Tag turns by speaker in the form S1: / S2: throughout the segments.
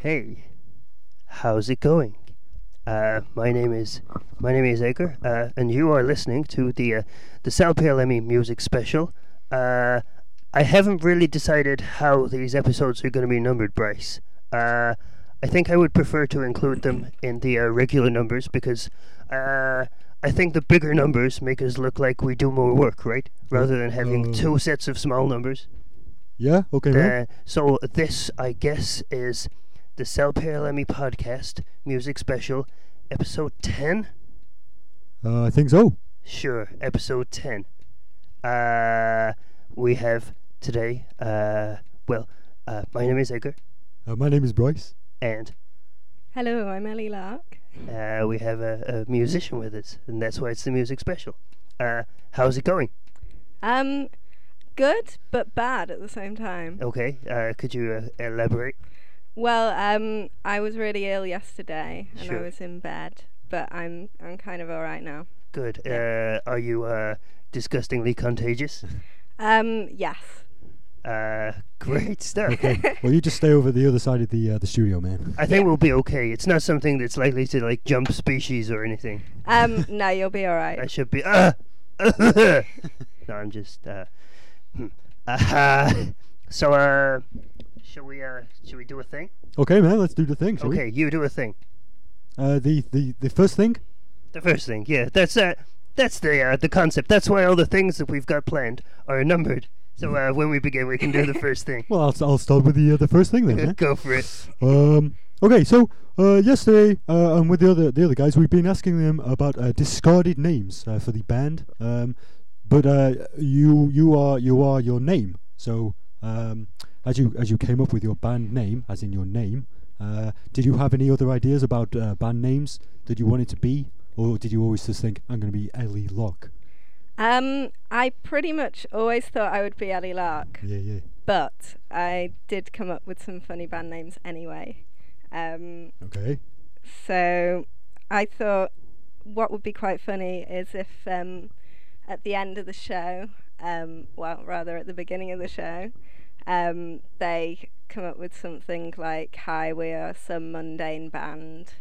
S1: Hey, how's it going? Uh, my name is my name is Edgar, uh, and you are listening to the uh, the Sal PLME E music special. Uh, I haven't really decided how these episodes are going to be numbered, Bryce. Uh, I think I would prefer to include them in the uh, regular numbers because uh, I think the bigger numbers make us look like we do more work, right? Rather than having
S2: Uh,
S1: two sets of small numbers.
S2: Yeah, okay, man.
S1: Uh, so this, I guess, is the Cell Paralemi podcast music special, episode ten.
S2: Uh, I think so.
S1: Sure, episode ten. Uh, we have today. Uh, well, uh, my name is Edgar,
S2: Uh, my name is Bryce.
S1: and
S3: Hello, I'm Ellie Lark.
S1: uh, we have a, a musician with us, and that's why it's the music special. Uh, how's it going?
S3: Um, good but bad at the same time.
S1: Okay. Uh, could you uh, elaborate?
S3: Well, um, I was really ill yesterday and
S1: Sure.
S3: I was in bed, but I'm I'm kind of all right now.
S1: Good. Uh, are you uh, disgustingly contagious?
S3: Um, yes.
S1: Uh, great stuff.
S2: Okay. well, you just stay over the other side of the uh, the studio, man.
S1: I think
S3: Yeah.
S1: we'll be okay. It's not something that's likely to like jump species or anything.
S3: Um, no, you'll be all
S1: I
S3: right.
S1: should be. Uh, no, I'm just. Uh, hmm. uh, so, uh, should we? Uh, should we do a thing?
S2: Okay, man. Let's do the thing. shall we?
S1: Okay, you do a thing.
S2: Uh, the, the the first thing.
S1: The first thing. Yeah, that's uh, that's the uh, the concept. That's why all the things that we've got planned are numbered. So uh, when we begin, we can do the first thing.
S2: Well, I'll, s- I'll start with the uh, the first thing then. eh?
S1: Go for it.
S2: Um. Okay. So uh, yesterday, uh, and with the other the other guys, we've been asking them about uh, discarded names uh, for the band. Um, but uh, you you are you are your name. So um, as you as you came up with your band name, as in your name, uh, did you have any other ideas about uh, band names that you wanted to be, or did you always just think I'm going to be Ellie Locke?
S3: Um, I pretty much always thought I would be Ellie Lark,
S2: Yeah, yeah.
S3: but I did come up with some funny band names anyway. Um,
S2: Okay.
S3: So I thought what would be quite funny is if um, at the end of the show, um, well, rather at the beginning of the show, um, they come up with something like, Hi, we are some mundane band,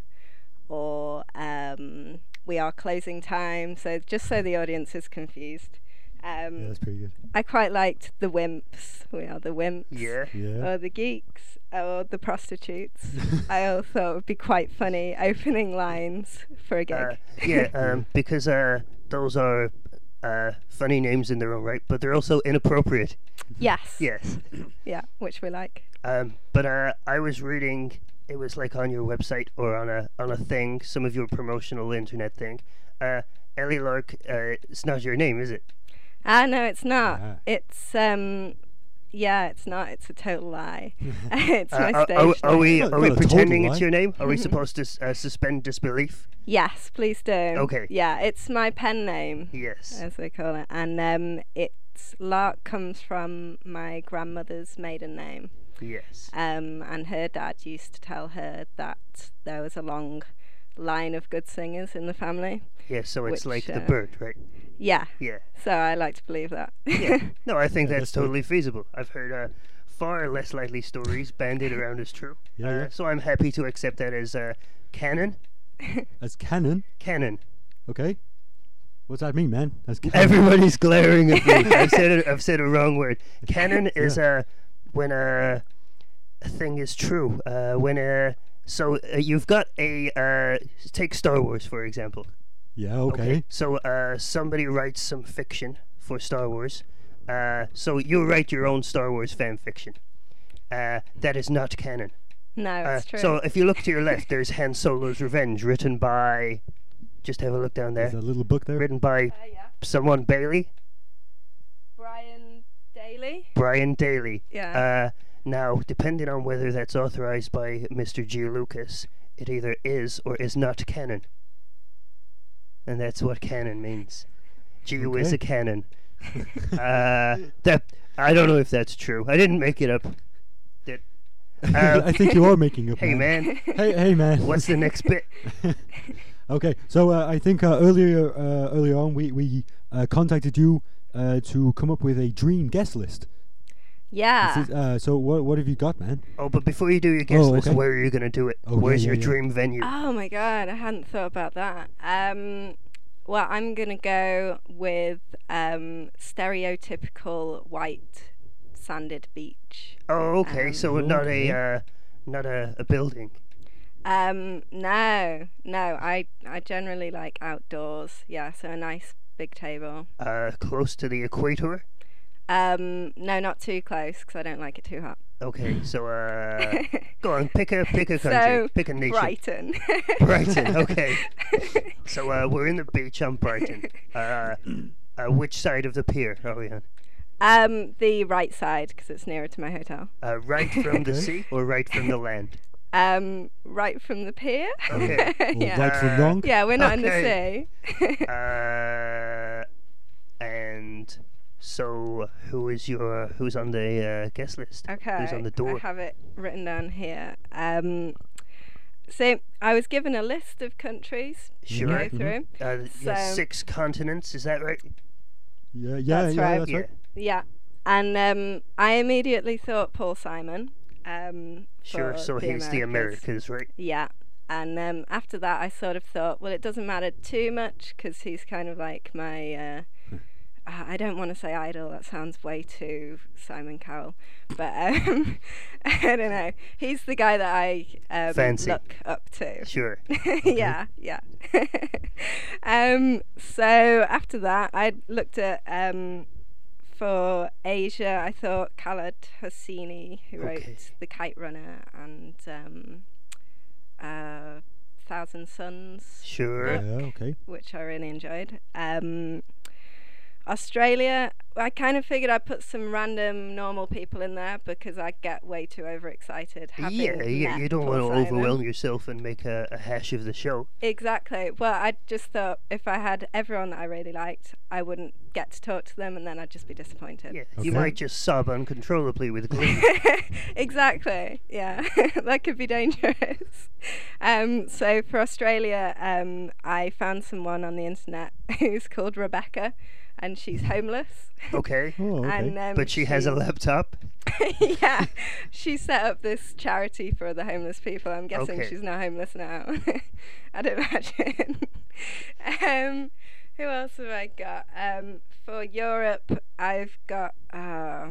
S3: or um, We are closing time. So just so the audience is confused. Um,
S2: Yeah, that's pretty good.
S3: I quite liked the wimps. We are the wimps
S1: Yeah.
S2: Yeah.
S3: or the geeks or the prostitutes. Uh, I all thought it would be quite funny opening lines for a gig.
S1: Uh, yeah, um, because uh, those are uh, funny names in their own right, but they're also inappropriate.
S3: yes.
S1: Yes.
S3: Yeah, which we like.
S1: Um, but uh, I was reading. It was like on your website or on a on a thing, some of your promotional internet thing. Uh, Ellie Lark. Uh, it's not your name, is it?
S3: Ah, no, it's not.
S2: Ah.
S3: It's um, yeah, it's not. It's a total lie. it's
S1: Uh,
S3: my
S1: are-
S3: stage.
S1: are, are we
S3: name.
S2: Not-
S1: are
S2: not a
S1: we
S2: total
S1: pretending
S2: lie.
S1: it's your name? Are we supposed to s- uh, suspend disbelief?
S3: Yes, please do.
S1: Okay.
S3: Yeah, it's my pen name,
S1: Yes.
S3: as they call it, and um, it's Lark comes from my grandmother's maiden name.
S1: Yes.
S3: Um, and her dad used to tell her that there was a long line of good singers in the family.
S1: Yes. So it's
S3: which,
S1: like the
S3: uh,
S1: bird, right?
S3: Yeah,
S1: Yeah.
S3: so I like to believe that.
S1: No, I think
S2: Yeah,
S1: that's
S2: that's good.
S1: totally feasible. I've heard uh, far less likely stories banded around as true.
S2: Yeah,
S1: uh,
S2: yeah.
S1: So I'm happy to accept that as uh, canon.
S2: As canon.
S1: Canon.
S2: Okay. What's that mean, man? As canon.
S1: Everybody's glaring at me. I've said it. I've said a wrong word. Canon is uh, when uh, a thing is true. Uh, when uh, so uh, you've got a uh, take Star Wars for example.
S2: yeah. Okay.
S1: So uh, somebody writes some fiction for Star Wars. Uh, so you write your own Star Wars fan fiction. Uh, that is not canon.
S3: no,
S1: Uh,
S3: it's true.
S1: so if you look to your left, there's Han Solo's Revenge, written by. Just have a look down
S2: There's
S1: there.
S2: that little book there.
S1: Written by
S3: yeah.
S1: someone Bailey,
S3: Brian Daly?
S1: Brian Daly.
S3: Yeah.
S1: Uh, now, depending on whether that's authorized by Mr. G. Lucas, it either is or is not canon. And that's what canon means. G is
S2: Okay.
S1: a canon.
S2: uh,
S1: uh, that I don't know if that's true. I didn't make it up. That Uh,
S2: I think you are making up.
S1: hey, man.
S2: Hey, hey, man.
S1: What's the next bit?
S2: okay, so uh, I think uh, earlier uh, earlier on we we uh, contacted you uh, to come up with a dream guest list. This
S3: yeah.
S2: is- uh, so what what have you got, man?
S1: Oh, but before you do your guest
S2: Oh,
S1: list,
S2: okay.
S1: where are you going to do it?
S2: Oh, yeah,
S1: Where's
S2: yeah,
S1: your
S2: yeah.
S1: dream venue?
S3: Oh my god, I hadn't thought about that. Um, well, I'm gonna go with um, stereotypical white sanded beach.
S1: oh, okay.
S3: um,
S1: so not
S2: okay.
S1: a uh, not a, a building.
S3: Um, no, no, I I generally like outdoors. Yeah, so a nice big table.
S1: Uh, close to the equator.
S3: Um, no, not too close because I don't like it too hot.
S2: Hmm.
S1: Okay, so uh, go on, pick a pick a country,
S3: So,
S1: pick a nation.
S3: Brighton.
S1: Brighton. Okay. so uh, we're in the beach on Brighton. Uh, uh, which side of the pier Oh, are we on?
S3: um, the right side because it's nearer to my hotel.
S1: Uh, right from the
S2: Okay.
S1: sea or right from the land?
S3: Um, right from the pier.
S1: Okay.
S2: Or
S3: yeah.
S2: Right
S1: Uh,
S2: from wrong?
S3: Yeah, we're
S1: Okay.
S3: not in the sea.
S1: Uh, and so who is your who's on the uh, guest list?
S3: okay.
S1: Who's on the door?
S3: I have it written down here. Um, so I was given a list of countries to
S1: Sure.
S3: go through.
S1: Uh, th- yeah,
S3: So-
S1: six continents, is that right?
S2: Yeah, yeah,
S3: That's
S2: yeah,
S3: right.
S2: that's
S1: yeah.
S2: right.
S3: Yeah, and um, I immediately thought Paul Simon. Um,
S1: Sure.
S3: for
S1: So
S3: the
S1: he's the Americas, right?
S3: Yeah. And um, after that, I sort of thought, well, it doesn't matter too much because he's kind of like my. Uh, I I don't want to say idol. That sounds way too Simon Cowell, but um, I don't know. He's the guy that I um,
S1: Fancy.
S3: look up to.
S1: Sure.
S3: yeah, yeah. um, so after that, I looked at um, for Asia. I thought Khaled Hosseini, who
S1: Okay.
S3: wrote The Kite Runner and um, uh, Thousand Suns,
S1: Sure.
S2: Yeah, okay.
S3: which I really enjoyed. Um, Australia, I kind of figured I'd put some random normal people in there because I get way too overexcited. Having
S1: Yeah, yeah,
S3: met
S1: you don't
S3: Paul
S1: want to
S3: Simon.
S1: overwhelm yourself and make a, a hash of the show.
S3: Exactly. Well, I just thought if I had everyone that I really liked, I wouldn't get to talk to them and then I'd just be disappointed.
S1: Yeah, you
S2: Okay.
S1: might just sob uncontrollably with glee.
S3: exactly. Yeah. that could be dangerous. Um, so for Australia, um, I found someone on the internet who's called Rebecca and she's homeless.
S1: okay,
S2: Oh, okay.
S3: And, um,
S1: but she has a laptop.
S3: yeah, she set up this charity for the homeless people. I'm guessing
S1: Okay.
S3: she's not homeless now. I'd imagine. um, who else have I got? Um, for Europe, I've got. Uh,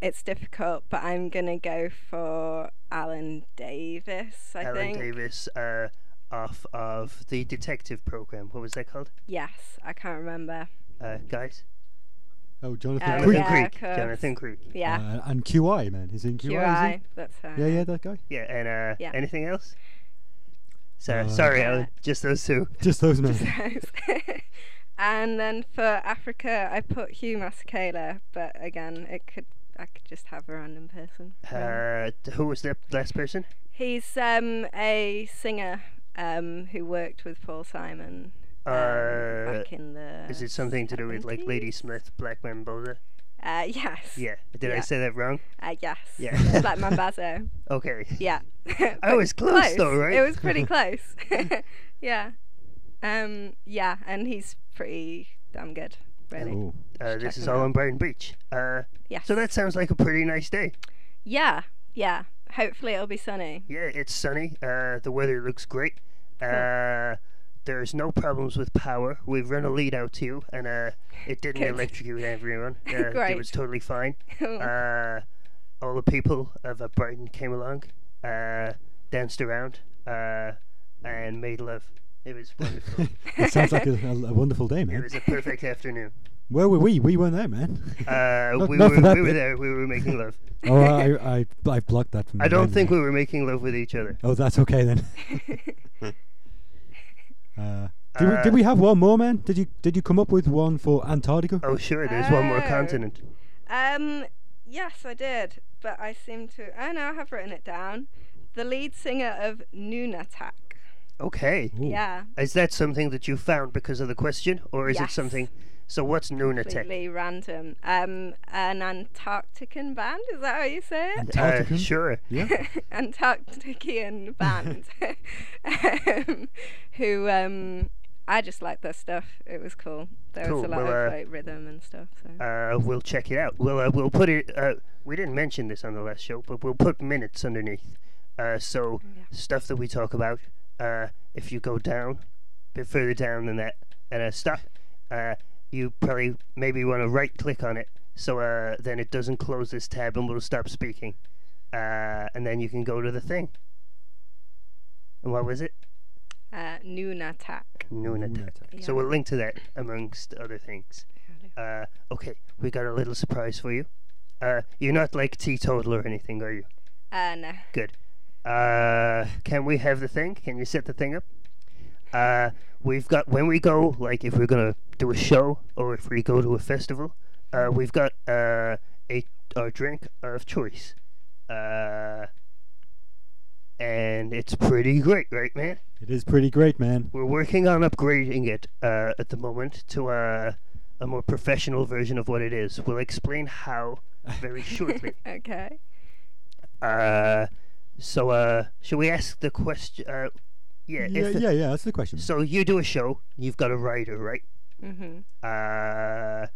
S3: it's difficult, but I'm gonna go for Alan Davis. I
S1: Alan
S3: think.
S1: Davis, uh, off of the detective program. What was that called?
S3: Yes, I can't remember.
S1: Uh, guys,
S2: oh, Jonathan
S3: Oh,
S2: Creek.
S1: Jonathan
S3: yeah,
S1: Creek.
S3: of course.
S1: Jonathan Creek.
S3: Yeah,
S2: Uh, and QI, man. He's in QI.
S3: QI.
S2: Is
S3: That's her.
S2: he? Yeah, yeah, that guy.
S1: Yeah, and uh,
S3: Yeah.
S1: anything else? Sorry,
S2: Uh,
S1: sorry,
S3: Uh,
S1: Alan. Just those two.
S2: Just those men.
S3: those. and then for Africa, I put Hugh Masekela, but again, it could I could just have a random person. really.
S1: Uh, t- who was the last person?
S3: He's um a singer um who worked with Paul Simon um,
S1: Uh,
S3: back in the.
S1: is it something to do with like Lady Smith, Black Mamboza?
S3: Uh, yes.
S1: Yeah. Did I
S3: Yeah.
S1: say that wrong?
S3: Uh, yes.
S1: Yeah.
S3: Black Mambazo.
S1: Okay.
S3: Yeah.
S1: I
S3: But
S1: was close, though, right?
S3: It was pretty close. yeah. Um. Yeah, and he's pretty damn good, really.
S2: Oh.
S1: Uh,
S3: Should
S1: this
S3: check
S1: is
S3: them
S1: all
S3: out.
S1: on Brighton Beach. Uh,
S3: Yes.
S1: so that sounds like a pretty nice day.
S3: Yeah, yeah. Hopefully it'll be sunny.
S1: Yeah, it's sunny. Uh, the weather looks great. Uh, there's no problems with power. We've run a lead out to you, and uh, it didn't
S3: Good.
S1: electrocute everyone. Uh, It
S3: Great.
S1: was totally fine. Uh, all the people of uh, Brighton came along, uh, danced around, uh, and made love. It was wonderful.
S2: It sounds like a, a, a wonderful day,
S1: it
S2: man.
S1: was a perfect afternoon.
S2: Where were we? We weren't there, man.
S1: Uh,
S2: Not-
S1: we
S2: not
S1: were,
S2: for that
S1: we were
S2: bit.
S1: there. We were making love.
S2: oh, I, I, I blocked that from.
S1: I
S2: my
S1: don't
S2: memory.
S1: think we were making love with each other.
S2: Oh, that's okay then.
S3: Um,
S2: uh, did, we,
S1: Uh,
S2: did we have one more, man? Did you did you come up with one for Antarctica?
S1: Oh, sure. There's one more
S3: Oh.
S1: continent.
S3: um, yes, I did, but I seem to. I know I have written it down. The lead singer of Nunatak.
S1: Okay.
S2: Ooh.
S3: Yeah.
S1: Is that something that you found because of the question, or is it
S3: Yes.
S1: something? So what's lunatic?
S3: Completely random. Um, an Antarctican band, is that how you say it?
S1: Uh,
S2: Antarctican?
S1: sure.
S2: Yeah.
S3: Antarctician band um, who um, I just liked their stuff. It was cool. There
S1: Cool,
S3: was a lot
S1: well,
S3: of
S1: uh,
S3: like rhythm and stuff. So.
S1: Uh, we'll check it out. We'll uh, we'll put it. Uh, we didn't mention this on the last show, but we'll put minutes underneath. Uh, so
S3: Yeah.
S1: stuff that we talk about. Uh, if you go down, a bit further down than that, and uh, stop, uh, you probably maybe want to right click on it. So uh, then it doesn't close this tab and we'll stop speaking. Uh, and then you can go to the thing. And what was it?
S3: Uh, Nunatak.
S1: Noonatak. So
S3: Yeah.
S1: we'll link to that amongst other things. Uh, okay, we got a little surprise for you. Uh, you're not like teetotal or anything, are you?
S3: Uh, no.
S1: Uh, can we have the thing? Can you set the thing up? Uh, we've got when we go, like if we're gonna do a show or if we go to a festival, uh, we've got uh, a our drink of choice, uh, and it's pretty great, right, man?
S2: It is pretty great, man.
S1: We're working on upgrading it uh, at the moment to a, a more professional version of what it is. We'll explain how very shortly.
S3: okay.
S1: Uh, so, uh, should we ask the question? Uh, yeah,
S2: Yeah,
S1: if
S2: yeah,
S1: the-
S2: yeah, That's the question.
S1: So you do a show. You've got a writer, right?
S3: Mm-hmm.
S1: Uh,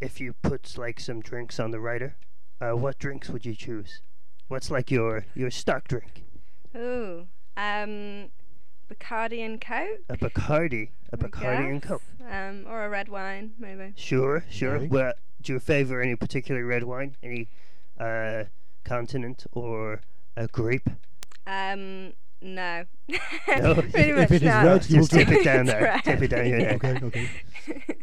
S1: if you put like some drinks on the writer, uh, what drinks would you choose? What's like your your stock drink?
S3: Ooh. Um, Bacardi and Coke.
S1: A Bacardi, a
S3: I
S1: Bacardi and
S3: guess.
S1: Coke.
S3: Um, or a red wine, maybe.
S1: Sure, sure.
S2: Okay.
S1: Well, do you favor any particular red wine, any uh, continent or a grape?
S3: Um, no.
S1: No. If-
S3: Pretty
S2: if
S3: much
S2: it is
S3: not.
S2: red, you will
S1: Just tip
S3: drink
S1: it down
S3: it.
S1: there. Tip it down your
S3: Yeah.
S1: neck.
S2: okay, okay.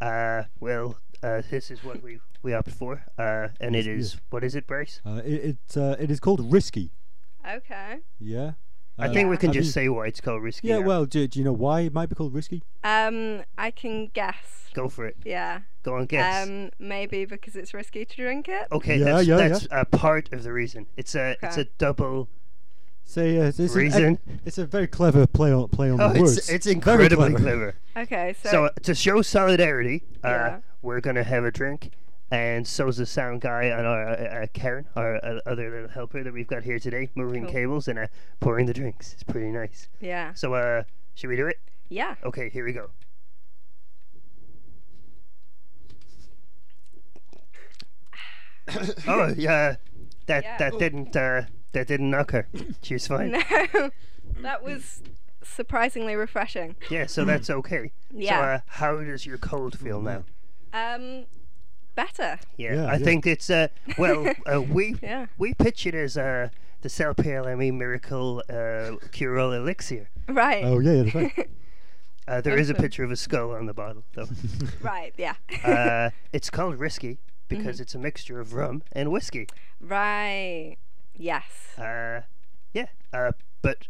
S1: Uh, well, uh, this is what we we opt for, uh, and it
S2: Yes.
S1: is what is it, Bryce?
S2: Uh, it it, uh, it is called risky.
S3: okay.
S2: Yeah.
S1: I
S2: Uh,
S1: think we can
S2: I
S1: just
S2: mean-
S1: say why it's called risky.
S2: Yeah.
S1: now.
S2: Well, do, do you know why it might be called risky?
S3: Um, I can guess.
S1: go for it.
S3: Yeah.
S1: Go on, guess.
S3: Um, maybe because it's risky to drink it.
S1: okay,
S2: Yeah,
S1: that's,
S2: yeah, yeah.
S1: that's a part of the reason. It's a it's a
S3: Okay.
S1: double
S2: Say uh, it's, it's an ex-
S1: reason.
S2: it's a very clever play on play on
S1: Oh,
S2: the words.
S1: it's it's
S2: Very
S1: incredibly
S2: clever.
S1: clever.
S3: Okay, so,
S1: So uh, to show solidarity, uh,
S3: Yeah.
S1: we're gonna have a drink, and so's the sound guy and our uh, uh, Karen, our uh, other little helper that we've got here today, moving
S3: Cool. Ah.
S1: cables and uh, pouring the drinks. It's pretty nice.
S3: yeah,
S1: So uh, should we do it?
S3: yeah.
S1: Okay, here we go. oh yeah, that
S3: Yeah.
S1: that didn't uh, that didn't knock her. She's fine.
S3: No, that was surprisingly refreshing.
S1: Yeah, so that's okay. So
S3: Yeah.
S1: uh, how does your cold feel now?
S3: um, better.
S1: Yeah,
S2: Yeah,
S1: I
S2: yeah.
S1: think it's uh well uh, we
S3: Yeah.
S1: we pitch it as uh the cell PLME miracle uh, cure all elixir.
S3: Right.
S2: Oh yeah, yeah, that's right.
S1: Uh, there is a
S3: Awesome.
S1: picture of a skull on the bottle though.
S3: Right. Yeah.
S1: uh, it's called risky because it's a mixture of rum and whiskey.
S3: right. Yes.
S1: Uh, yeah, uh, but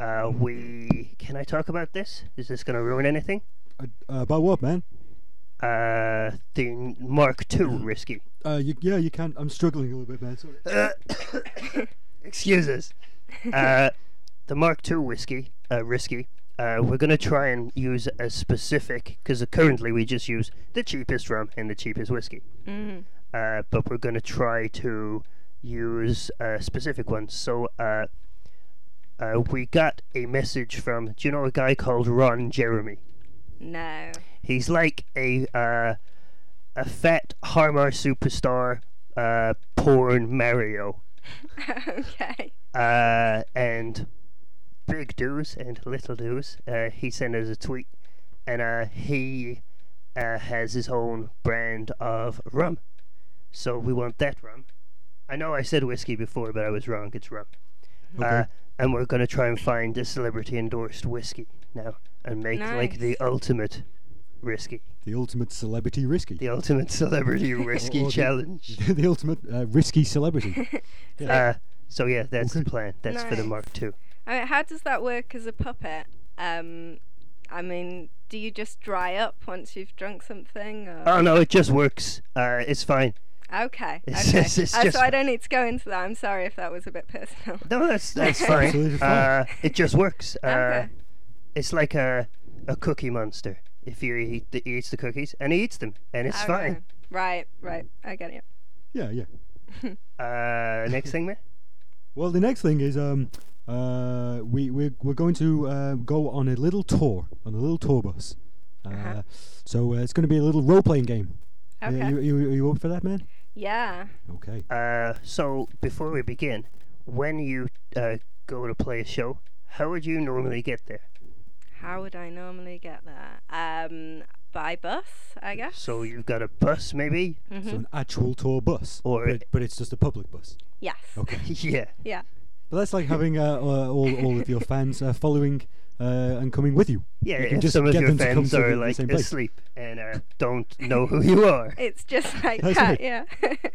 S1: uh, we can I talk about this? Is this going to ruin anything?
S2: Uh, about what, man?
S1: Uh, the n- Mark II risky.
S2: Uh, you, yeah, you can. I'm struggling a little bit, man. Sorry.
S1: Uh. Excuse us. Uh, the Mark II whiskey, uh, risky. Uh, we're gonna try and use a specific because currently we just use the cheapest rum and the cheapest whiskey.
S3: Mm.
S1: Uh, but we're gonna try to use a specific one. So uh, uh, we got a message from. Do you know a guy called Ron Jeremy?
S3: No.
S1: He's like a uh, a fat Harmar superstar, uh, porn Mario.
S3: okay.
S1: uh, and big dues and little dues. Uh, he sent us a tweet, and uh, he uh, has his own brand of rum. So we want that rum. I know I said whiskey before, but I was wrong. It's rum. Uh,
S2: Okay.
S1: and we're gonna try and find a celebrity endorsed whiskey now, and make like the
S3: Nice.
S1: ultimate risky,
S2: the ultimate celebrity risky.
S1: the ultimate celebrity
S2: Or-
S1: risky
S2: or the-
S1: challenge.
S2: the ultimate uh, risky celebrity.
S1: Uh, so yeah, that's the
S2: Okay.
S1: plan. That's for the
S3: Nice.
S1: Mark II.
S3: I mean, how does that work as a puppet? Um, I mean, do you just dry up once you've drunk something? Or?
S1: Oh no, it just works. Uh, it's fine.
S3: okay.
S1: It's
S3: okay.
S1: just- it's
S3: Uh,
S1: just-
S3: so I don't need to go into that. I'm sorry if that was a bit personal.
S1: No, that's that's fine.
S2: Absolutely fine.
S1: Uh, it just works. Uh,
S3: Okay.
S1: It's like a a cookie monster. if you eat the, he eats the cookies, and he eats them, and it's
S3: Oh,
S1: fine.
S3: no. Right, right. I get it.
S2: Yeah, yeah.
S1: Uh, next thing, man.
S2: Well, the next thing is um, uh, we we're, we're going to uh, go on a little tour on a little tour bus. Uh,
S3: Uh-huh.
S2: So uh, it's going to be a little role playing game. Uh,
S3: Okay.
S2: you, you, you up for that, man?
S3: yeah.
S2: Okay.
S1: Uh, so before we begin, when you uh, go to play a show, how would you normally get there?
S3: How would I normally get there? Um, by bus, I guess.
S1: So you've got a bus, maybe?
S3: hmm
S2: So an actual tour bus,
S1: Mm-hmm. Or-
S2: but, but it's just a public bus.
S3: yes.
S2: Okay.
S1: yeah.
S3: Yeah.
S2: But that's like having uh, uh, all all of your fans uh, following uh, and coming with you.
S1: Yeah,
S2: You can
S1: if
S2: just
S1: some of
S2: get
S1: your
S2: them to come
S1: fans
S2: to the-
S1: are
S2: the
S1: like
S2: same place.
S1: asleep and uh, don't know who you are.
S3: It's just like
S2: That's
S3: that.
S2: right.
S3: Yeah.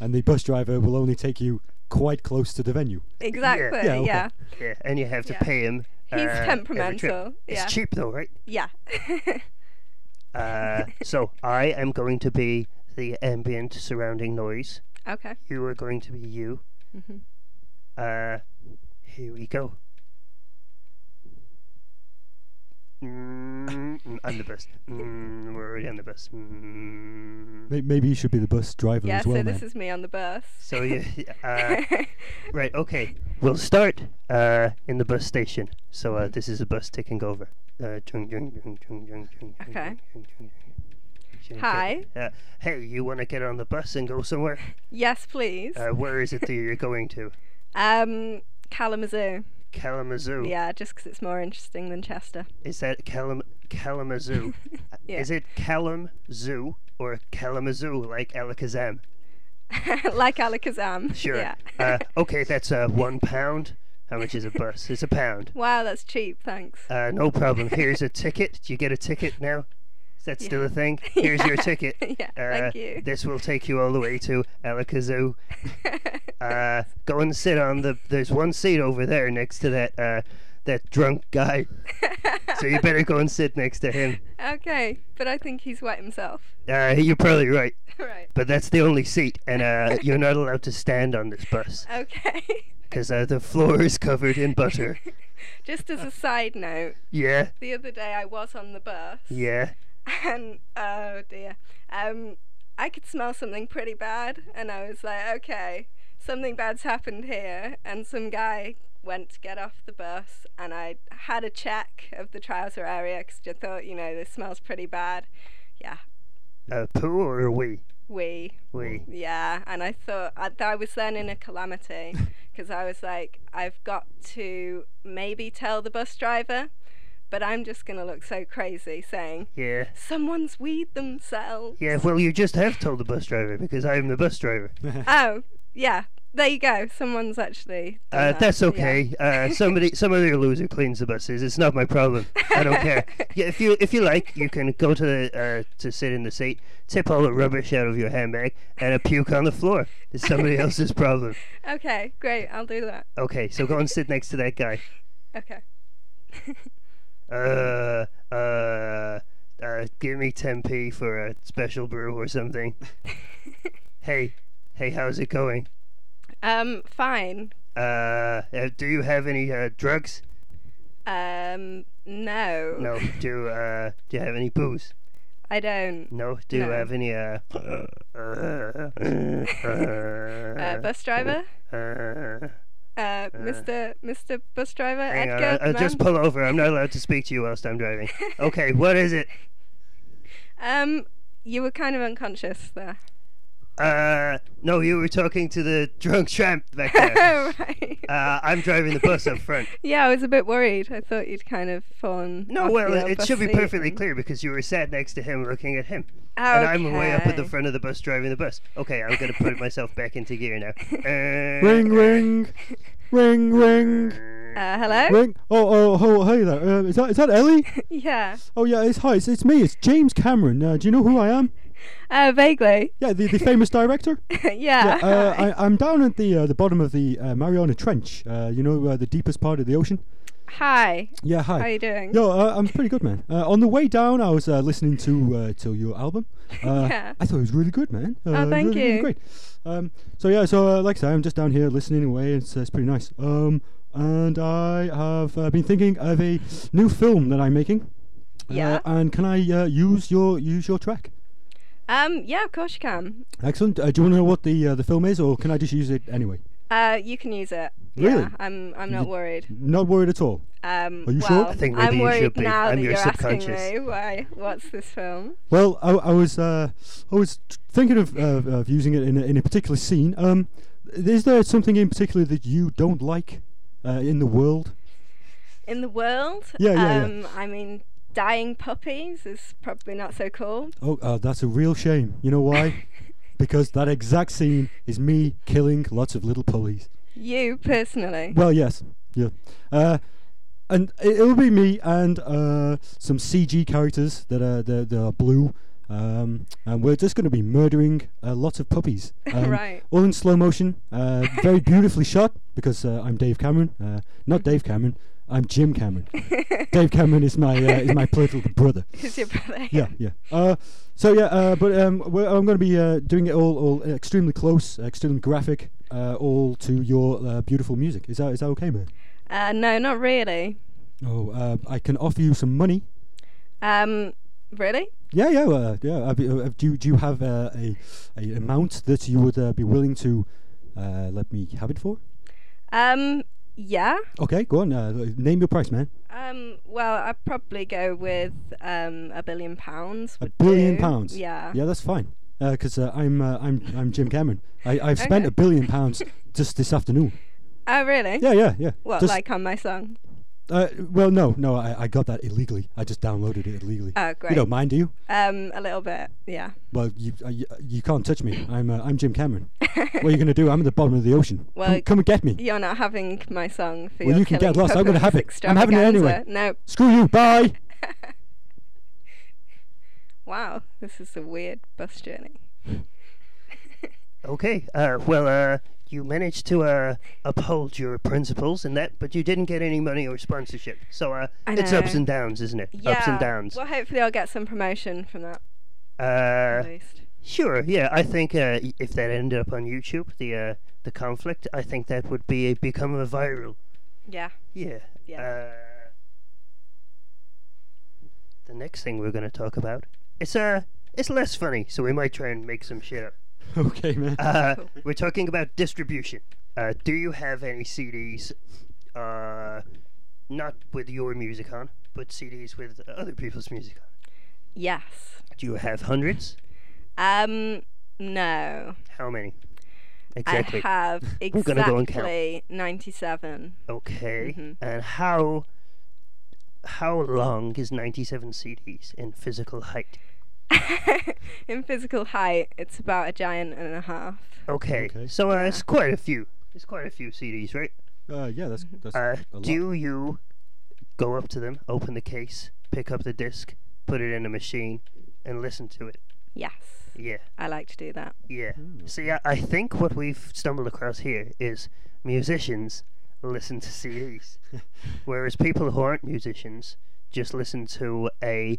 S2: And the bus driver will only take you quite close to the venue.
S3: exactly. Yeah.
S1: Yeah,
S2: okay.
S1: Yeah, and you have to
S3: Yeah.
S1: pay him.
S3: He's
S1: uh, every trip.
S3: temperamental. Yeah.
S1: It's cheap though, right?
S3: yeah.
S1: Uh, so I am going to be the ambient surrounding noise.
S3: okay.
S1: You are going to be you.
S3: hmm
S1: Uh, here we go. Mm, mm, I'm the best. Mm, we're already on the best. Mm.
S2: May- Maybe you should be the bus driver
S3: Yeah.
S2: as well,
S3: so
S2: man.
S3: this is me on the bus.
S1: So you, uh, right? Okay, we'll start uh, in the bus station. So uh, this is a bus taking over. Uh, chung, chung, chung, chung, chung, chung, chung,
S3: Okay.
S1: chung, chung, chung.
S3: Hi.
S1: Uh, hey, you want to get on the bus and go somewhere?
S3: yes, please.
S1: Uh, where is it that you're going to?
S3: um, Kalamazoo.
S1: Kalamazoo.
S3: Yeah, just 'cause it's more interesting than Chester.
S1: Is that Kalam- Kalamazoo? Uh,
S3: Yeah.
S1: Is it Kalamzoo or Kalamazoo like Alakazam?
S3: like Alakazam.
S1: Sure.
S3: Yeah.
S1: uh, okay, that's uh, one pound. How much is a bus? It's a pound.
S3: wow, that's cheap. Thanks.
S1: Uh, no problem. Here's a ticket. Do you get a ticket now? Is that
S3: Yeah.
S1: still a thing? Here's your
S3: Yeah.
S1: ticket.
S3: yeah.
S1: Uh,
S3: thank you.
S1: This will take you all the way to Alakazoo. Uh, go and sit on the. There's one seat over there next to that uh, that drunk guy. So you better go and sit next to him.
S3: Okay, but I think he's wet himself.
S1: Uh, you're probably right,
S3: right.
S1: but that's the only seat, and uh, you're not allowed to stand on this bus
S3: Okay.
S1: because uh, the floor is covered in butter.
S3: Just as a side note,
S1: Yeah,
S3: the other day I was on the bus
S1: yeah.
S3: and oh dear, um, I could smell something pretty bad, and I was like, okay, something bad's happened here, and some guy went to get off the bus, and I had a check of the trouser area because I thought, you know, this smells pretty bad.
S1: A poo or a Uh, wee?
S3: We
S1: Wee.
S3: Yeah, and I thought I, th- I was then in a calamity because I was like, I've got to maybe tell the bus driver, but I'm just going to look so crazy saying,
S1: Yeah.
S3: someone's weed themselves.
S1: Yeah, well, you just have told the bus driver because I am the bus driver.
S3: Oh, yeah, there you go. Someone's actually. done
S1: Uh,
S3: that,
S1: that's
S3: yeah.
S1: okay. Uh, somebody, some other loser cleans the buses. It's not my problem. I don't care. Yeah, if you if you like, you can go to the uh, to sit in the seat, tip all the rubbish out of your handbag, and a puke on the floor. It's somebody else's problem.
S3: Okay, great. I'll do that.
S1: Okay, so go and sit next to that guy.
S3: Okay.
S1: Uh, uh, uh, give me 10p for a special brew or something. hey, hey, how's it going?
S3: Um, fine.
S1: Uh, uh, do you have any uh, drugs?
S3: Um, no.
S1: No. Do uh do you have any booze?
S3: I don't.
S1: No. Do you
S3: No.
S1: have any uh,
S3: Uh, bus driver? Uh, Mr. Mr. Bus Driver?
S1: Hang on,
S3: Edgar?
S1: I, will just
S3: ma'am?
S1: pull over. I'm not allowed to speak to you whilst I'm driving. Okay, what is it?
S3: Um, you were kind of unconscious there.
S1: Uh, no, you were talking to the drunk tramp back there.
S3: right.
S1: Uh, I'm driving the bus up front.
S3: yeah, I was a bit worried. I thought you'd kind of fallen.
S1: No,
S3: off
S1: well,
S3: your
S1: it
S3: bus
S1: should be
S3: seat
S1: perfectly
S3: and-
S1: clear because you were sat next to him looking at him.
S3: Okay.
S1: And I'm way up at the front of the bus driving the bus. Okay, I'm going to put myself back into gear now. Uh,
S2: ring, ring, ring, ring.
S3: Uh, hello.
S2: Ring. Oh, oh, oh, hey there. Um, is that is that Ellie?
S3: yeah.
S2: Oh yeah, it's hi. It's, it's me. It's James Cameron. Uh, do you know who I am?
S3: Uh, vaguely.
S2: Yeah, the, the famous director.
S3: yeah.
S2: Yeah. Uh,
S3: hi.
S2: I, I'm down at the uh, the bottom of the uh, Mariana Trench. Uh, you know, uh, the deepest part of the ocean.
S3: Hi.
S2: Yeah.
S3: How are
S2: Hi.
S3: you doing?
S2: Yo, uh, I'm pretty good, man. Uh, on the way down, I was uh, listening to uh, to your album. Uh,
S3: Yeah. Oh,
S2: I thought it was really good, man. Uh, it was
S3: thank
S2: really, really
S3: you.
S2: great. Um, so yeah, so uh, like I say, I'm just down here listening away. It's uh, it's pretty nice. Um, and I have uh, been thinking of a new film that I'm making.
S3: Yeah.
S2: Uh, and can I uh, use your use your track?
S3: Um, yeah, of course you can.
S2: Excellent. Uh, do you want to know what the uh, the film is, or can I just use it anyway?
S3: Uh, you can use it.
S2: Really?
S3: Yeah, I'm I'm not
S2: You-
S3: worried.
S2: Not worried at all.
S3: Um,
S2: Are you
S3: well,
S2: sure?
S1: I think maybe
S3: I'm
S1: you
S3: worried
S1: should be.
S3: now
S1: I'm
S3: that
S1: your
S3: you're asking
S1: subconscious.
S3: me why. What's this film?
S2: Well, I, I was uh, I was t- thinking of, of, of using it in a, in a particular scene. Um, is there something in particular that you don't like uh, in the world?
S3: In the world?
S2: Yeah, yeah, yeah.
S3: um, I mean, dying puppies is probably not so cool.
S2: Oh, uh, that's a real shame. You know why? because that exact scene is me killing lots of little pulleys.
S3: You personally.
S2: Well, yes, yeah, uh, and it, it'll be me and uh, some CG characters that are that, that are blue, um, and we're just going to be murdering uh, lots of puppies. Um,
S3: Right.
S2: All in slow motion, uh, very beautifully shot because uh, I'm Dave Cameron, uh, not Dave Cameron. I'm Jim Cameron. Dave Cameron is my uh, is my political brother.
S3: Is your brother?
S2: Yeah, yeah. Uh, so yeah, uh, but um, we're, I'm going to be uh, doing it all, all extremely close, extremely graphic, uh, all to your uh, beautiful music. Is that is that okay, man?
S3: Uh, no, not really.
S2: Oh, uh, I can offer you some money.
S3: Um, really?
S2: Yeah, yeah, uh, yeah. Uh, do, uh, do you- do you have uh, a a amount that you would uh, be willing to uh, let me have it for?
S3: Um, yeah.
S2: Okay, go on. Uh, name your price, man.
S3: Um, well, I'd probably go with um a billion pounds.
S2: A
S3: would
S2: billion
S3: do.
S2: pounds.
S3: Yeah.
S2: Yeah, that's fine. Because uh, I'm uh, I'm I'm Jim Cameron. I, I've spent
S3: Okay.
S2: a billion pounds just this afternoon.
S3: Oh, really?
S2: Yeah, yeah, yeah.
S3: What,
S2: Just-
S3: like on my song?
S2: Uh, well, no, no, I, I got that illegally. I just downloaded it illegally.
S3: Oh, great.
S2: You don't mind, do you?
S3: Um, a little bit. Yeah.
S2: Well, you uh, you, you can't touch me. I'm uh, I'm Jim Cameron. what are you going to do? I'm at the bottom of the ocean.
S3: Well,
S2: come, come and get me.
S3: You're not having my song for
S2: Well,
S3: your
S2: you can get
S3: killing
S2: lost. I'm gonna have
S3: puppies
S2: it. I'm having it anyway.
S3: extravaganza. No.
S2: Screw you. Bye.
S3: Wow, this is a weird bus journey.
S1: Okay. Uh, well, uh, you managed to uh, uphold your principles and that, but you didn't get any money or sponsorship. So uh,
S3: I
S1: it's ups
S3: know.
S1: and downs, isn't it?
S3: Yeah.
S1: Ups and downs.
S3: Well, hopefully I'll get some promotion from that
S1: Uh,
S3: at least.
S1: sure. Yeah. I think uh, y- if that ended up on YouTube, the uh, the conflict, I think that would be become a viral.
S3: Yeah.
S1: Yeah.
S3: Yeah.
S1: Uh, the next thing we're going to talk about it's uh it's less funny, so we might try and make some shit up.
S2: okay, man.
S1: Uh, we're talking about distribution. Uh, do you have any CDs, uh, not with your music on, but CDs with other people's music on?
S3: yes.
S1: Do you have hundreds?
S3: Um. No.
S1: How many? Exactly.
S3: I have
S1: I'm gonna go and count.
S3: exactly 97.
S1: okay.
S3: Mhm.
S1: And how how long is 97 CDs in physical height?
S3: In physical height, it's about a giant and a half.
S1: Okay.
S2: Okay.
S1: So uh, it's quite a few. It's quite a few CDs, right?
S2: Uh, yeah, that's that's
S1: Uh,
S2: a lot.
S1: do you go up to them, open the case, pick up the disc, put it in a machine, and listen to it?
S3: Yes.
S1: Yeah,
S3: I like to do that.
S1: yeah. See, I, I think what we've stumbled across here is musicians listen to CDs, whereas people who aren't musicians just listen to a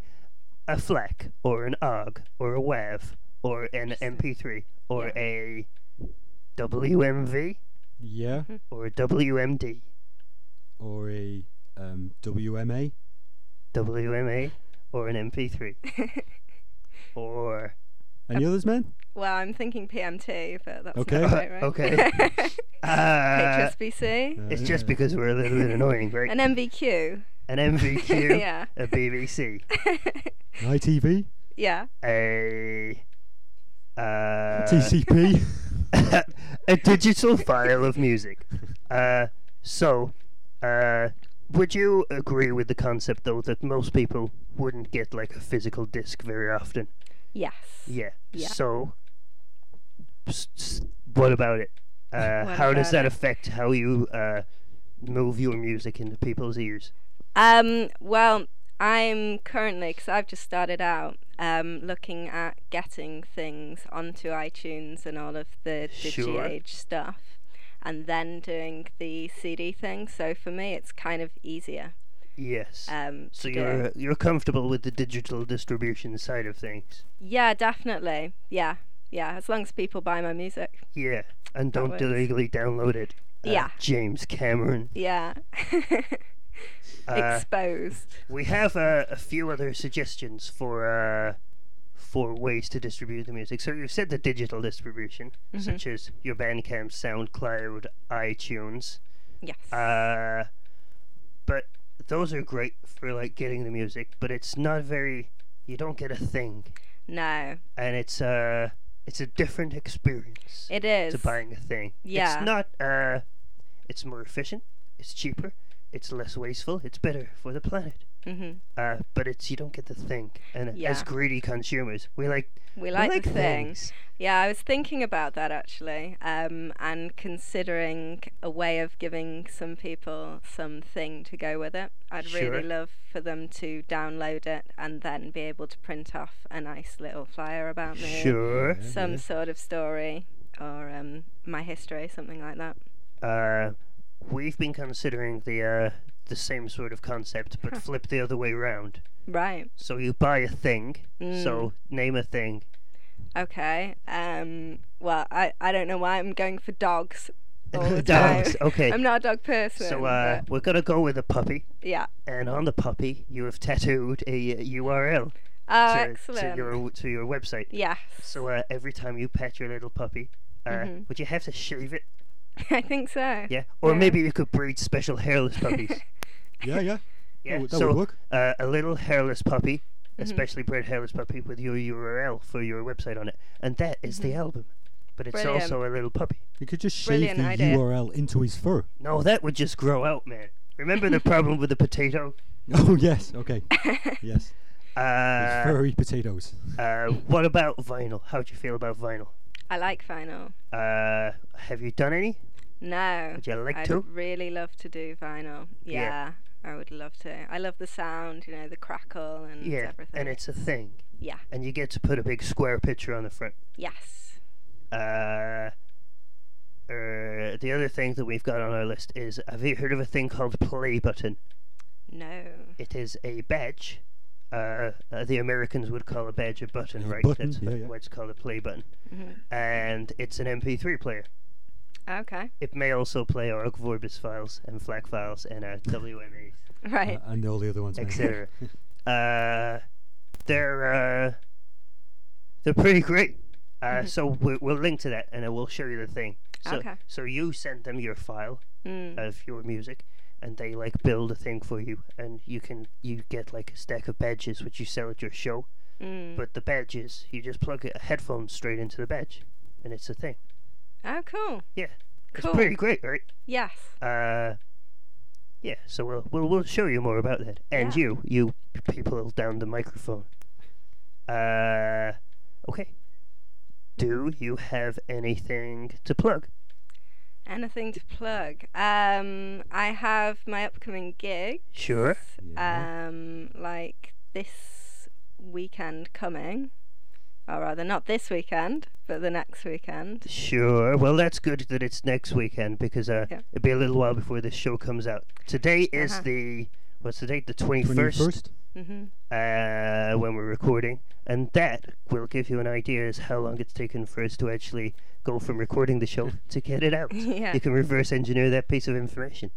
S1: a FLAC or an ARG or a WAV or an MP3 or a WMV
S2: yeah,
S1: or a WMD.
S2: or a um, WMA.
S1: WMA or an MP3 or Uh,
S2: Any others, man?
S3: Well, I'm thinking PMT, but that's
S2: Okay.
S3: not quite right.
S1: okay. Uh,
S3: HSBC.
S1: it's
S2: Uh,
S1: just because we're a little bit annoying, right?
S3: An MVQ.
S1: An MVQ,
S3: yeah.
S1: a BBC,
S2: ITV,
S3: Yeah.
S1: a uh,
S2: TCP.
S1: a digital file of music. Uh, so, uh, would you agree with the concept though that most people wouldn't get like a physical disc very often?
S3: Yes.
S1: Yeah.
S3: Yeah.
S1: So, s- s- what about it? Uh,
S3: What
S1: how does
S3: about
S1: that
S3: it?
S1: affect how you uh, move your music into people's ears?
S3: Um, well, I'm currently, because I've just started out, um, looking at getting things onto iTunes and all of the
S1: Sure.
S3: DigiAge stuff, and then doing the CD thing. So for me, it's kind of easier.
S1: Yes.
S3: Um,
S1: so
S3: to do it.
S1: you're you're comfortable with the digital distribution side of things?
S3: Yeah, definitely. Yeah, yeah. As long as people buy my music.
S1: Yeah. And don't
S3: works.
S1: illegally download it. Uh,
S3: Yeah.
S1: James Cameron.
S3: Yeah.
S1: Uh,
S3: Exposed.
S1: we have uh, a few other suggestions for uh, for ways to distribute the music. So you said the digital distribution,
S3: Mhm.
S1: such as your Bandcamp, SoundCloud, iTunes.
S3: Yes.
S1: Uh, but those are great for like getting the music, but it's not very. You don't get a thing,
S3: no,
S1: and it's uh, it's a different experience
S3: it is.
S1: to buying a thing.
S3: Yeah.
S1: It's not uh it's more efficient, it's cheaper, it's less wasteful, it's better for the planet.
S3: hmm
S1: Uh but it's you don't get the thing. And uh, as
S3: Yeah.
S1: greedy consumers, we like
S3: We like,
S1: we like
S3: the thing.
S1: things.
S3: Yeah, I was thinking about that actually, um, and considering a way of giving some people something to go with it. I'd
S1: Sure.
S3: really love for them to download it and then be able to print off a nice little flyer about me,
S1: Sure.
S2: Yeah,
S3: some
S2: yeah.
S3: sort of story or um, my history, something like that.
S1: Uh we've been considering the uh the same sort of concept but
S3: Huh.
S1: flip the other way round.
S3: Right.
S1: So you buy a thing,
S3: Mm.
S1: so name a thing.
S3: Okay. Um, well, I, I don't know why I'm going for dogs. all the time.
S1: Dogs. Okay.
S3: I'm not a dog person.
S1: so uh we're going to go with a puppy
S3: but yeah.
S1: and on the puppy you have tattooed a uh, URL
S3: Oh,
S1: to, to
S3: excellent.
S1: your to your website.
S3: Yes.
S1: So uh, every time you pet your little puppy, uh,
S3: Mhm.
S1: would you have to shave it?
S3: I think so.
S1: Yeah. Or
S3: Yeah.
S1: maybe you could breed special hairless puppies.
S2: yeah, yeah.
S1: yeah.
S2: Oh, That, would, that
S1: so
S2: would work.
S1: Uh, a little hairless puppy,
S3: Mhm.
S1: a specially bred hairless puppy with your URL for your website on it, and that is the album. But it's
S3: Mm-hmm. Brilliant.
S1: also a little puppy.
S2: You could just shave
S3: Brilliant
S2: the
S3: idea.
S2: URL into his fur.
S1: No, that would just grow out, man. Remember the problem with the potato?
S2: Oh yes, okay, yes.
S1: Uh,
S2: Those furry potatoes.
S1: uh, what about vinyl? How do you feel about vinyl?
S3: I like vinyl.
S1: Uh, have you done any?
S3: No.
S1: Would you like
S3: I'd
S1: to?
S3: really love to do vinyl. Yeah,
S1: Yeah.
S3: I would love to. I love the sound, you know, the crackle and
S1: yeah,
S3: everything.
S1: and it's a thing.
S3: Yeah.
S1: And you get to put a big square picture on the front.
S3: yes.
S1: Uh, uh, the other thing that we've got on our list is have you heard of a thing called Play Button?
S3: No.
S1: It is a badge. Uh, uh, the Americans would call a badge a button,
S2: A
S1: right?
S2: button,
S1: That's
S2: yeah, yeah.
S1: why it's called a play button.
S3: hmm
S1: And it's an MP3 player.
S3: Okay.
S1: It may also play Orc Vorbis files and FLAC files and uh, WMAs,
S3: Right.
S2: Uh, and all the other ones. man.
S1: etc. uh, they're uh, they're pretty great. Uh,
S3: Mhm.
S1: So we, we'll link to that and I will show you the thing. Uh, So, uh,
S3: Okay.
S1: so you send them your file
S3: mm.
S1: of your music and they like build a thing for you and you can you get like a stack of badges which you sell at your show
S3: mm.
S1: but the badges you just plug a headphone straight into the badge and it's a thing
S3: oh, cool.
S1: yeah
S3: Cool.
S1: it's pretty great right
S3: Yes.
S1: uh yeah so we'll we'll, we'll show you more about that and
S3: Yeah.
S1: you you people down the microphone uh okay do you have anything to plug
S3: Anything to plug? Um, I have my upcoming gig.
S1: sure
S2: Yeah.
S3: Um, like this weekend coming, or rather not this weekend, but the next weekend.
S1: Sure. Well, that's good that it's next weekend because uh,
S3: Yeah.
S1: it'll be a little while before this show comes out. Today is
S3: Uh-huh.
S1: the what's the date? The
S2: 21st?
S1: twenty-first.
S3: hmm
S1: Uh, when we're recording, and that will give you an idea as how long it's taken for us to actually go from recording the show to get it out.
S3: yeah.
S1: You can reverse engineer that piece of information.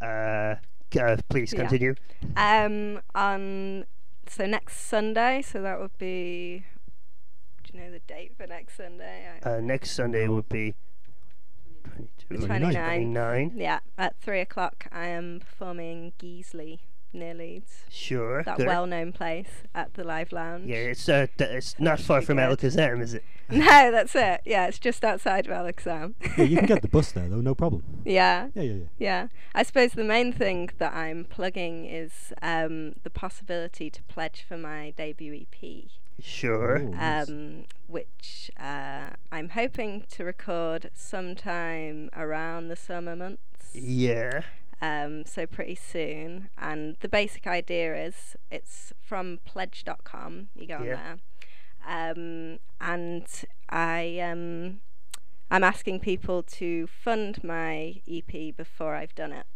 S1: Uh, c- uh please
S3: Yeah.
S1: continue.
S3: Um, on so next Sunday, so that would be. Do you know the date for next Sunday? I,
S1: Uh, next Sunday would be
S3: the
S1: 22,
S2: 29th.
S3: 29th.
S1: 29.
S3: Yeah, at three o'clock, I am performing Geesley near Leeds,
S1: Sure.
S3: that
S1: good.
S3: well-known place at the Live Lounge.
S1: Yeah, it's uh, d- it's not far
S3: pretty
S1: from
S3: good.
S1: Alakazam, is it?
S3: No, that's it. Yeah, it's just outside of Alexam.
S2: yeah, you can get the bus there though, no problem.
S3: yeah.
S2: Yeah, yeah, yeah.
S3: Yeah, I suppose the main thing that I'm plugging is um, the possibility to pledge for my debut EP,
S1: Sure.
S2: Oh, nice.
S3: um, which uh, I'm hoping to record sometime around the summer months,
S1: E Yeah.
S3: um, so pretty soon. And the basic idea is it's from pledge.com, you go on
S1: Yeah.
S3: there, um, and I. Um, I'm asking people to fund my EP before I've done it.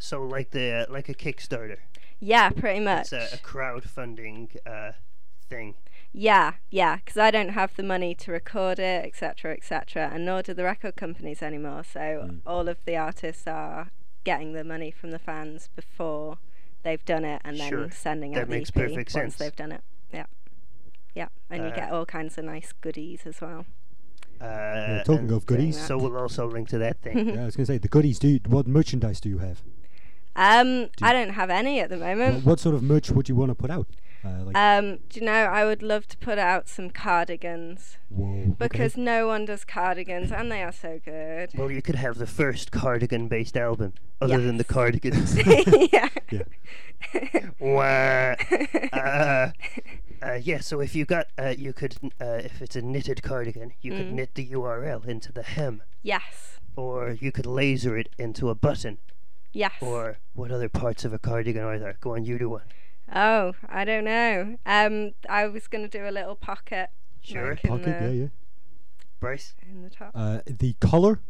S1: So like the uh, like a Kickstarter.
S3: Yeah, pretty
S1: It's
S3: much.
S1: a, a crowdfunding uh, thing.
S3: yeah, yeah, because I don't have the money to record it,
S1: Hmm.
S3: etc., etc., and nor do the record companies anymore. So all of the artists are getting the money from the fans before they've done it and then
S1: Sure.
S3: sending
S1: That
S3: out
S1: makes
S3: the EP
S1: perfect sense.
S3: once they've done it. Yeah. Yeah. And you
S1: Uh,
S3: get all kinds of nice goodies as well.
S1: Uh,
S2: talking
S1: and
S2: of goodies.
S1: So we'll also link to that thing.
S2: yeah, I was gonna say the goodies. Do you, what merchandise do you have?
S3: Um,
S2: Do-
S3: I don't have any at the
S2: What,
S3: moment.
S2: what sort of merch would you want to put out? Uh, like
S3: Um, do you know, I would love to put out some cardigans
S2: whoa,
S3: because no one does cardigans and they are so good.
S1: Well, you could have the first cardigan based album, other than the
S3: Yes.
S1: cardigans.
S3: yeah.
S2: Yeah.
S1: Wah. uh, uh, yeah, so if you got, uh, you could, n- uh, if it's a knitted cardigan, you could
S3: Mm.
S1: knit the URL into the hem,
S3: yes.
S1: or you could laser it into a button,
S3: Yes.
S1: or what other parts of a cardigan are there? Go on, you do one.
S3: Oh, I don't know. Um, I was going to do a little pocket
S1: Sure,
S3: Like
S2: okay.
S3: in
S2: pocket.
S3: the-
S2: Yeah, yeah.
S1: Bryce.
S3: in the top.
S2: Uh, the collar.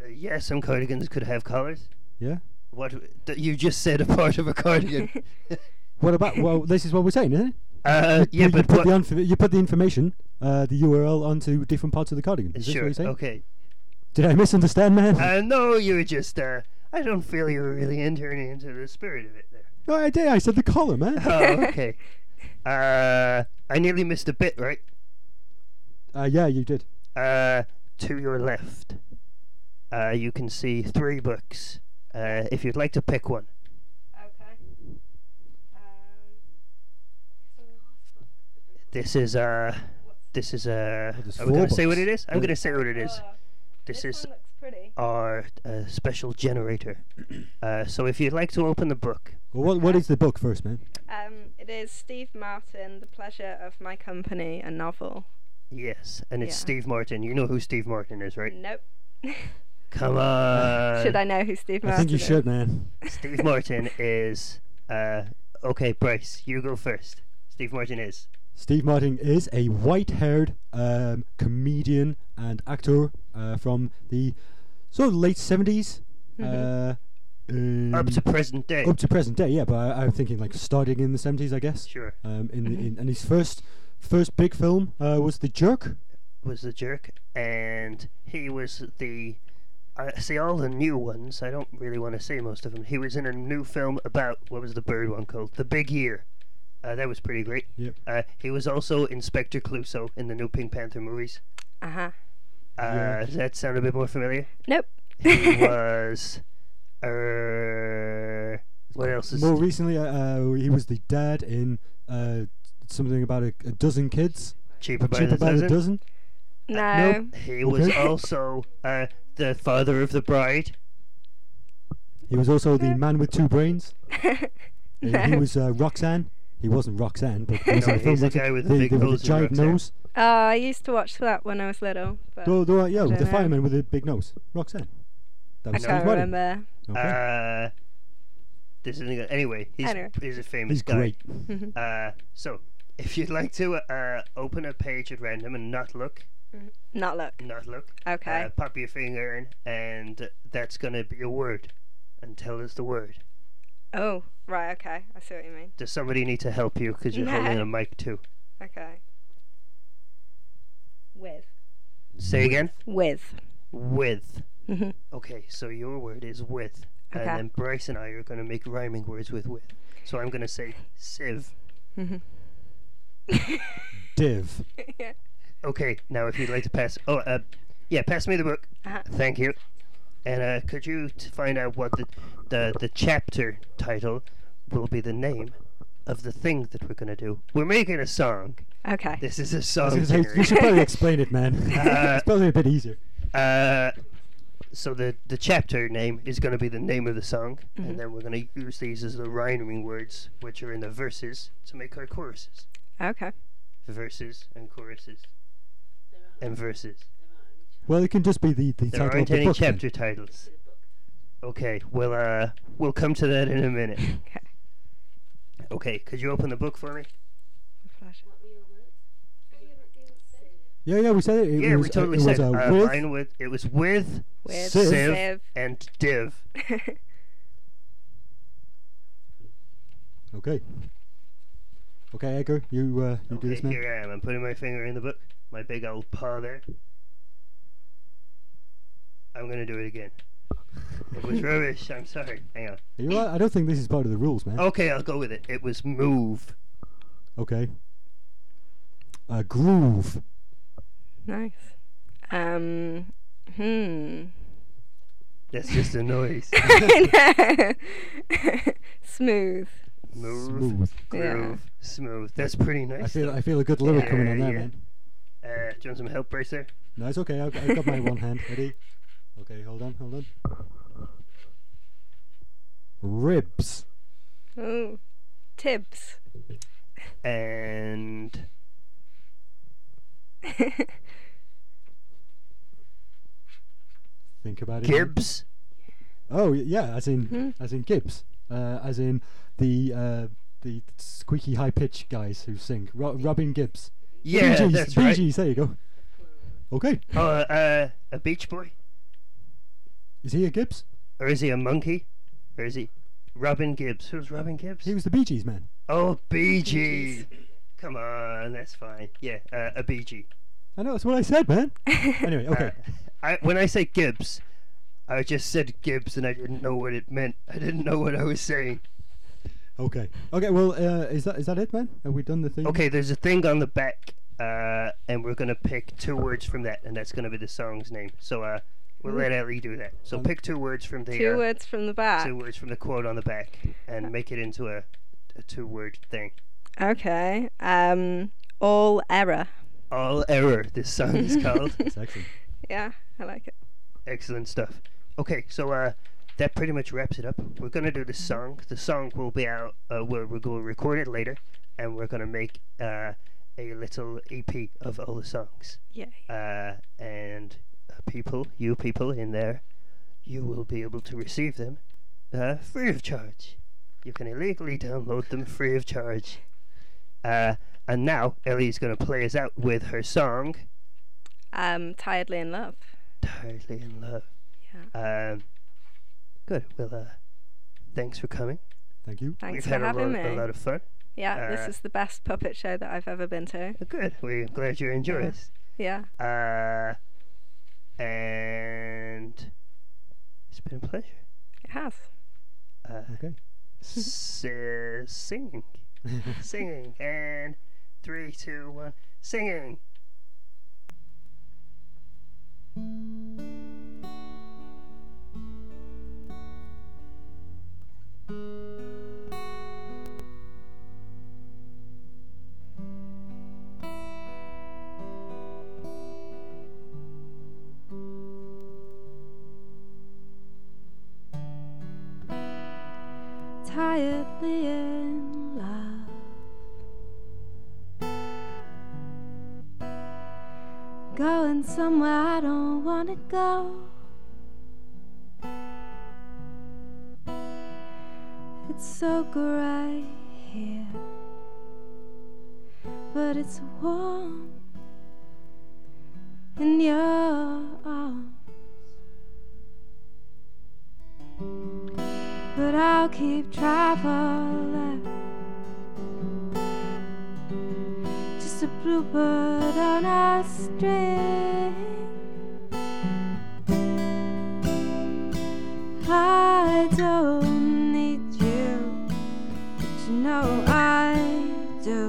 S1: Uh, yeah, some cardigans could have collars.
S2: Yeah.
S1: What w- th- you just said, a part of a cardigan.
S2: What about? Well, this is what we're saying, isn't it?
S1: uh, yeah,
S2: you,
S1: but what?
S2: put the unf- you put the information, uh, the URL onto different parts of the cardigan. Is this what
S1: sure.
S2: you're saying?
S1: Okay.
S2: Did I misunderstand, man?
S1: Uh, no, you were just. Uh, I don't feel you were really entering into the spirit of it there.
S2: no, I did. I said the collar, man.
S1: Oh, okay. uh, I nearly missed a bit, right?
S2: uh, yeah, you did.
S1: Uh, to your left, uh, you can see three books. Uh, if you'd like to pick one,
S3: Okay.
S1: this is uh, this is uh,
S2: there's
S1: I'm
S2: four
S1: gonna say what
S2: books.
S1: it is. I'm
S2: Yeah.
S1: gonna say what it is.
S3: Um,
S1: This is
S3: looks pretty.
S1: our uh, special generator. Uh, so if you'd like to open the book,
S2: Well, what, what is the book first, man?
S3: Um, it is Steve Martin, The Pleasure of My Company, a novel.
S1: yes, and it's
S3: Yeah.
S1: Steve Martin. You know who Steve Martin is, right? Uh,
S3: Nope.
S1: Come on.
S3: Should I know who Steve Martin
S2: I think you
S3: is?
S2: should, man.
S1: Steve Martin is. Uh, okay, Bryce, you go first. Steve Martin is.
S2: Steve Martin is a white-haired um, comedian and actor uh, from the sort of late 70s uh, um,
S1: Up to present day.
S2: up to present day. Yeah, but I, I'm thinking like starting in the 70s, I guess.
S1: Sure.
S2: Um,
S1: Mm-hmm.
S2: in, the, in and his first first big film uh, was The Jerk.
S1: Was the jerk, and he was the. I see all the new ones. I don't really want to say most of them. He was in a new film about what was the bird one called? The Big Year. Uh, that was pretty great.
S2: Yep.
S1: Uh, he was also Inspector Clouseau in the new Pink Panther movies.
S3: Uh huh.
S1: Uh,
S2: Yeah.
S1: Does that sound a bit more familiar?
S3: Nope.
S1: He was. Uh, what else is
S2: More recently, uh, uh, he was the dad in uh, something about a, a dozen kids.
S1: cheaper by
S2: Cheap
S1: the
S2: about
S1: dozen?
S2: a dozen.
S3: No.
S1: He was
S2: Okay.
S1: also uh, the father of the bride.
S2: He was also the man with two brains. Uh, He
S3: No.
S2: was uh, Roxanne. He wasn't Roxanne, but he was
S1: No,
S2: in the film
S1: he's the
S2: Roxanne.
S1: guy with the
S2: the,
S1: big
S2: the,
S1: nose in
S2: giant
S1: Roxanne.
S2: nose.
S3: Oh, I used to watch that when I was little, but
S2: The, the, yeah,
S3: Dunno.
S2: the fireman with the big nose. Roxanne. That
S3: I
S2: was
S3: can't
S2: Steve Martin.
S3: remember.
S2: Okay.
S1: Uh, this isn't good. Anyway, he's,
S3: Anyway.
S1: he's a famous
S2: He's
S1: guy.
S2: great.
S1: Uh, so, if you'd like to uh, open a page at random and not look,
S3: Not look.
S1: not look,
S3: Okay.
S1: uh, pop your finger in, and that's going to be a word. And tell us the word.
S3: oh, right. Okay. I see what you mean.
S1: Does somebody need to help you? Because you're
S3: No.
S1: holding a mic too.
S3: Okay. With.
S1: Say again.
S3: With.
S1: With.
S3: Mhm.
S1: Okay, so your word is with. And
S3: Okay.
S1: then Bryce and I are going to make rhyming words with with. So I'm going to say sieve.
S2: Div.
S1: Okay, now if you'd like to pass, oh, uh, yeah, pass me the book.
S3: Uh-huh.
S1: Thank you. And uh, could you t- find out what the, the the chapter title will be? The name of the thing that we're gonna do. We're making a song.
S3: Okay.
S1: This is a
S2: I was
S1: song.
S2: gonna say, you
S1: generator.
S2: should probably explain it, man.
S1: Uh,
S2: it's probably a bit easier.
S1: uh, so the the chapter name is gonna be the name of the song, and then we're gonna use these as the rhyming words, which are in the verses, to make our choruses.
S3: Okay.
S1: Verses and choruses. And verses.
S2: Well, it can just be the, the
S1: There
S2: title of
S1: aren't
S2: the
S1: any
S2: book. then.
S1: chapter titles. Okay, well, uh, we'll come to that in a minute.
S3: Okay.
S1: Okay, could you open the book for me?
S3: Flash.
S2: Yeah, yeah, we said it. it
S1: yeah,
S2: was,
S1: we totally
S2: it
S1: said
S2: was a
S1: uh,
S2: with,
S1: mine with it was with
S3: With.
S2: Sieve.
S1: Siv and div.
S3: Sieve.
S2: Okay. Okay, Edgar, you uh, you do
S1: Okay,
S2: this, man.
S1: here I am. I'm putting my finger in the book, my big old paw there. I'm gonna do it again. It was rubbish. I'm sorry. Hang on.
S2: Are you all right? I don't think this is part of the rules, man.
S1: Okay, I'll go with it. It was move.
S2: Okay. Uh, groove.
S3: Nice. Um, hmm.
S1: That's just a noise.
S3: No. Smooth.
S1: Move,
S2: Smooth.
S1: groove, smooth. That's pretty
S2: I
S1: nice.
S2: feel I feel a good lyric coming on
S1: Yeah,
S2: there,
S1: yeah.
S2: man.
S1: Uh, do you want some help, Bracer?
S2: No, it's okay. I've, I've got my one hand. Ready? Okay, hold on, hold on. Ribs.
S3: Ooh. Tibs.
S1: And
S2: Think about it. man.
S1: Gibbs.
S2: Oh y- yeah, as in
S3: Hmm.
S2: as in Gibbs, uh, as in the uh, the squeaky high pitched guys who sing. Ro- Robin Gibbs.
S1: Yeah,
S2: Bee Gees,
S1: that's
S2: Bee
S1: right.
S2: Gees, there you go. Okay,
S1: Oh, uh, a beach boy,
S2: is he a Gibbs?
S1: or is he a monkey, or is he Robin Gibbs? Who's Robin Gibbs?
S2: He was the Bee Gees man.
S1: Oh, BG.
S3: Gees.
S1: Come on, that's fine. Yeah, uh, a BG.
S2: I know that's what I said, man. anyway, okay.
S1: I, when I say Gibbs, I just said Gibbs and I didn't know what it meant. I didn't know what I was saying.
S2: Okay. Okay. Well, uh, is that is that it, man? Have we done the thing?
S1: Okay, there's a thing on the back, uh, and we're gonna pick two words from that, and that's gonna be the song's name. So uh, we'll let Ellie do that. So
S2: Um,
S1: pick two words from the
S3: Two
S1: uh,
S3: words from the back. Uh.
S1: two words from the quote on the back, and make it into a, a two-word thing.
S3: Okay. Um, all error.
S1: All error. This song is called.
S2: That's excellent.
S3: Yeah, I like it.
S1: Excellent stuff. Okay, so uh, that pretty much wraps it up. We're gonna do the song. The song will be out. Uh, we're we're gonna record it later, and we're gonna make uh, a little EP of all the songs.
S3: Yay.
S1: Uh, and uh, people, you people in there, you will be able to receive them uh, free of charge. You can illegally download them free of charge. Uh, and now Ellie's gonna play us out with her song
S3: Um, tiredly in love.
S1: "Tiredly in Love."
S3: Yeah.
S1: Um, good. Well, uh, thanks for coming.
S2: Thank you.
S3: Thanks
S1: We've
S3: for
S1: had a,
S3: having
S1: lot, a
S3: me.
S1: lot of fun.
S3: yeah,
S1: uh,
S3: this is the best puppet show that I've ever been to.
S1: Uh, Good. We're glad you enjoyed
S3: Yeah.
S1: us.
S3: Yeah.
S1: Uh, and it's been a pleasure.
S3: It has.
S1: Uh,
S2: Okay.
S1: s- uh, singing, singing, and three, two, one, singing.
S4: tiredly in love. Going somewhere I don't want to go. It's so great here, but it's warm in your arms. but I'll keep traveling. Just a bluebird on a string. I don't need you, but you know I do.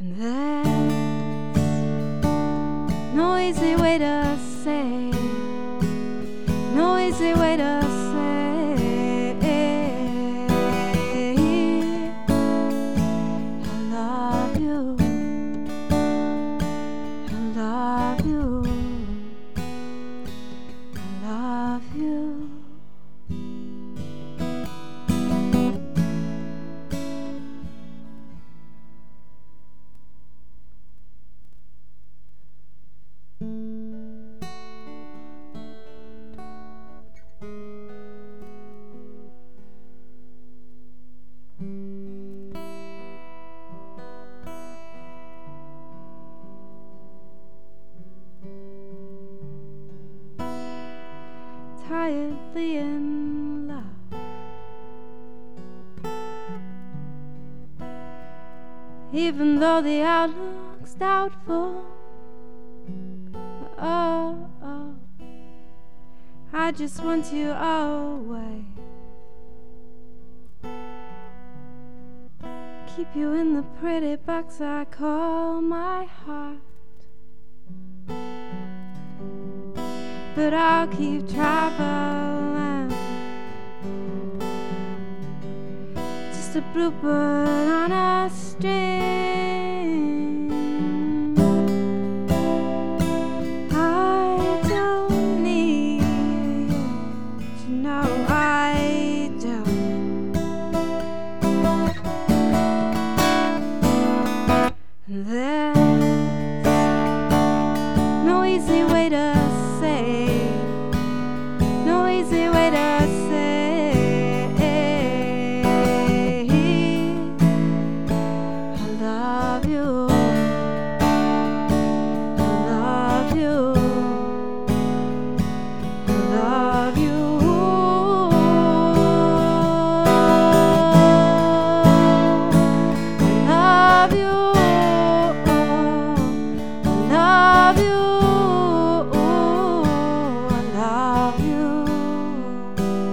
S4: And that's Noisy way to say, noisy way to say, I love you, I love you, I love you. tiredly in love. Even though the outlook's doubtful, oh, I just want you away. Keep you in the pretty box I call my heart. But I'll keep traveling. Just a bluebird on a string. I don't need you. You know I don't. There's no easy way to say, no easy way to say, I love you, I love you, I love you. I love you. I love you. I love you.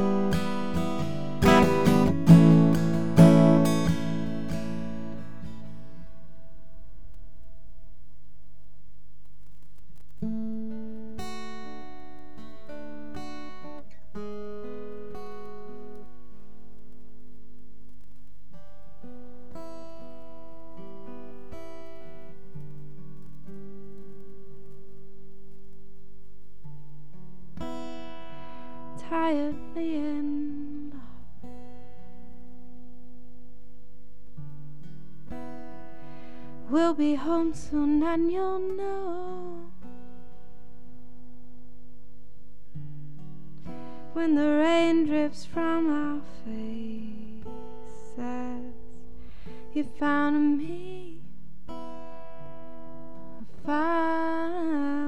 S4: Tiredly in love. We'll be home soon and you'll know. When the rain drips from our faces, you found me. I found
S1: Oh!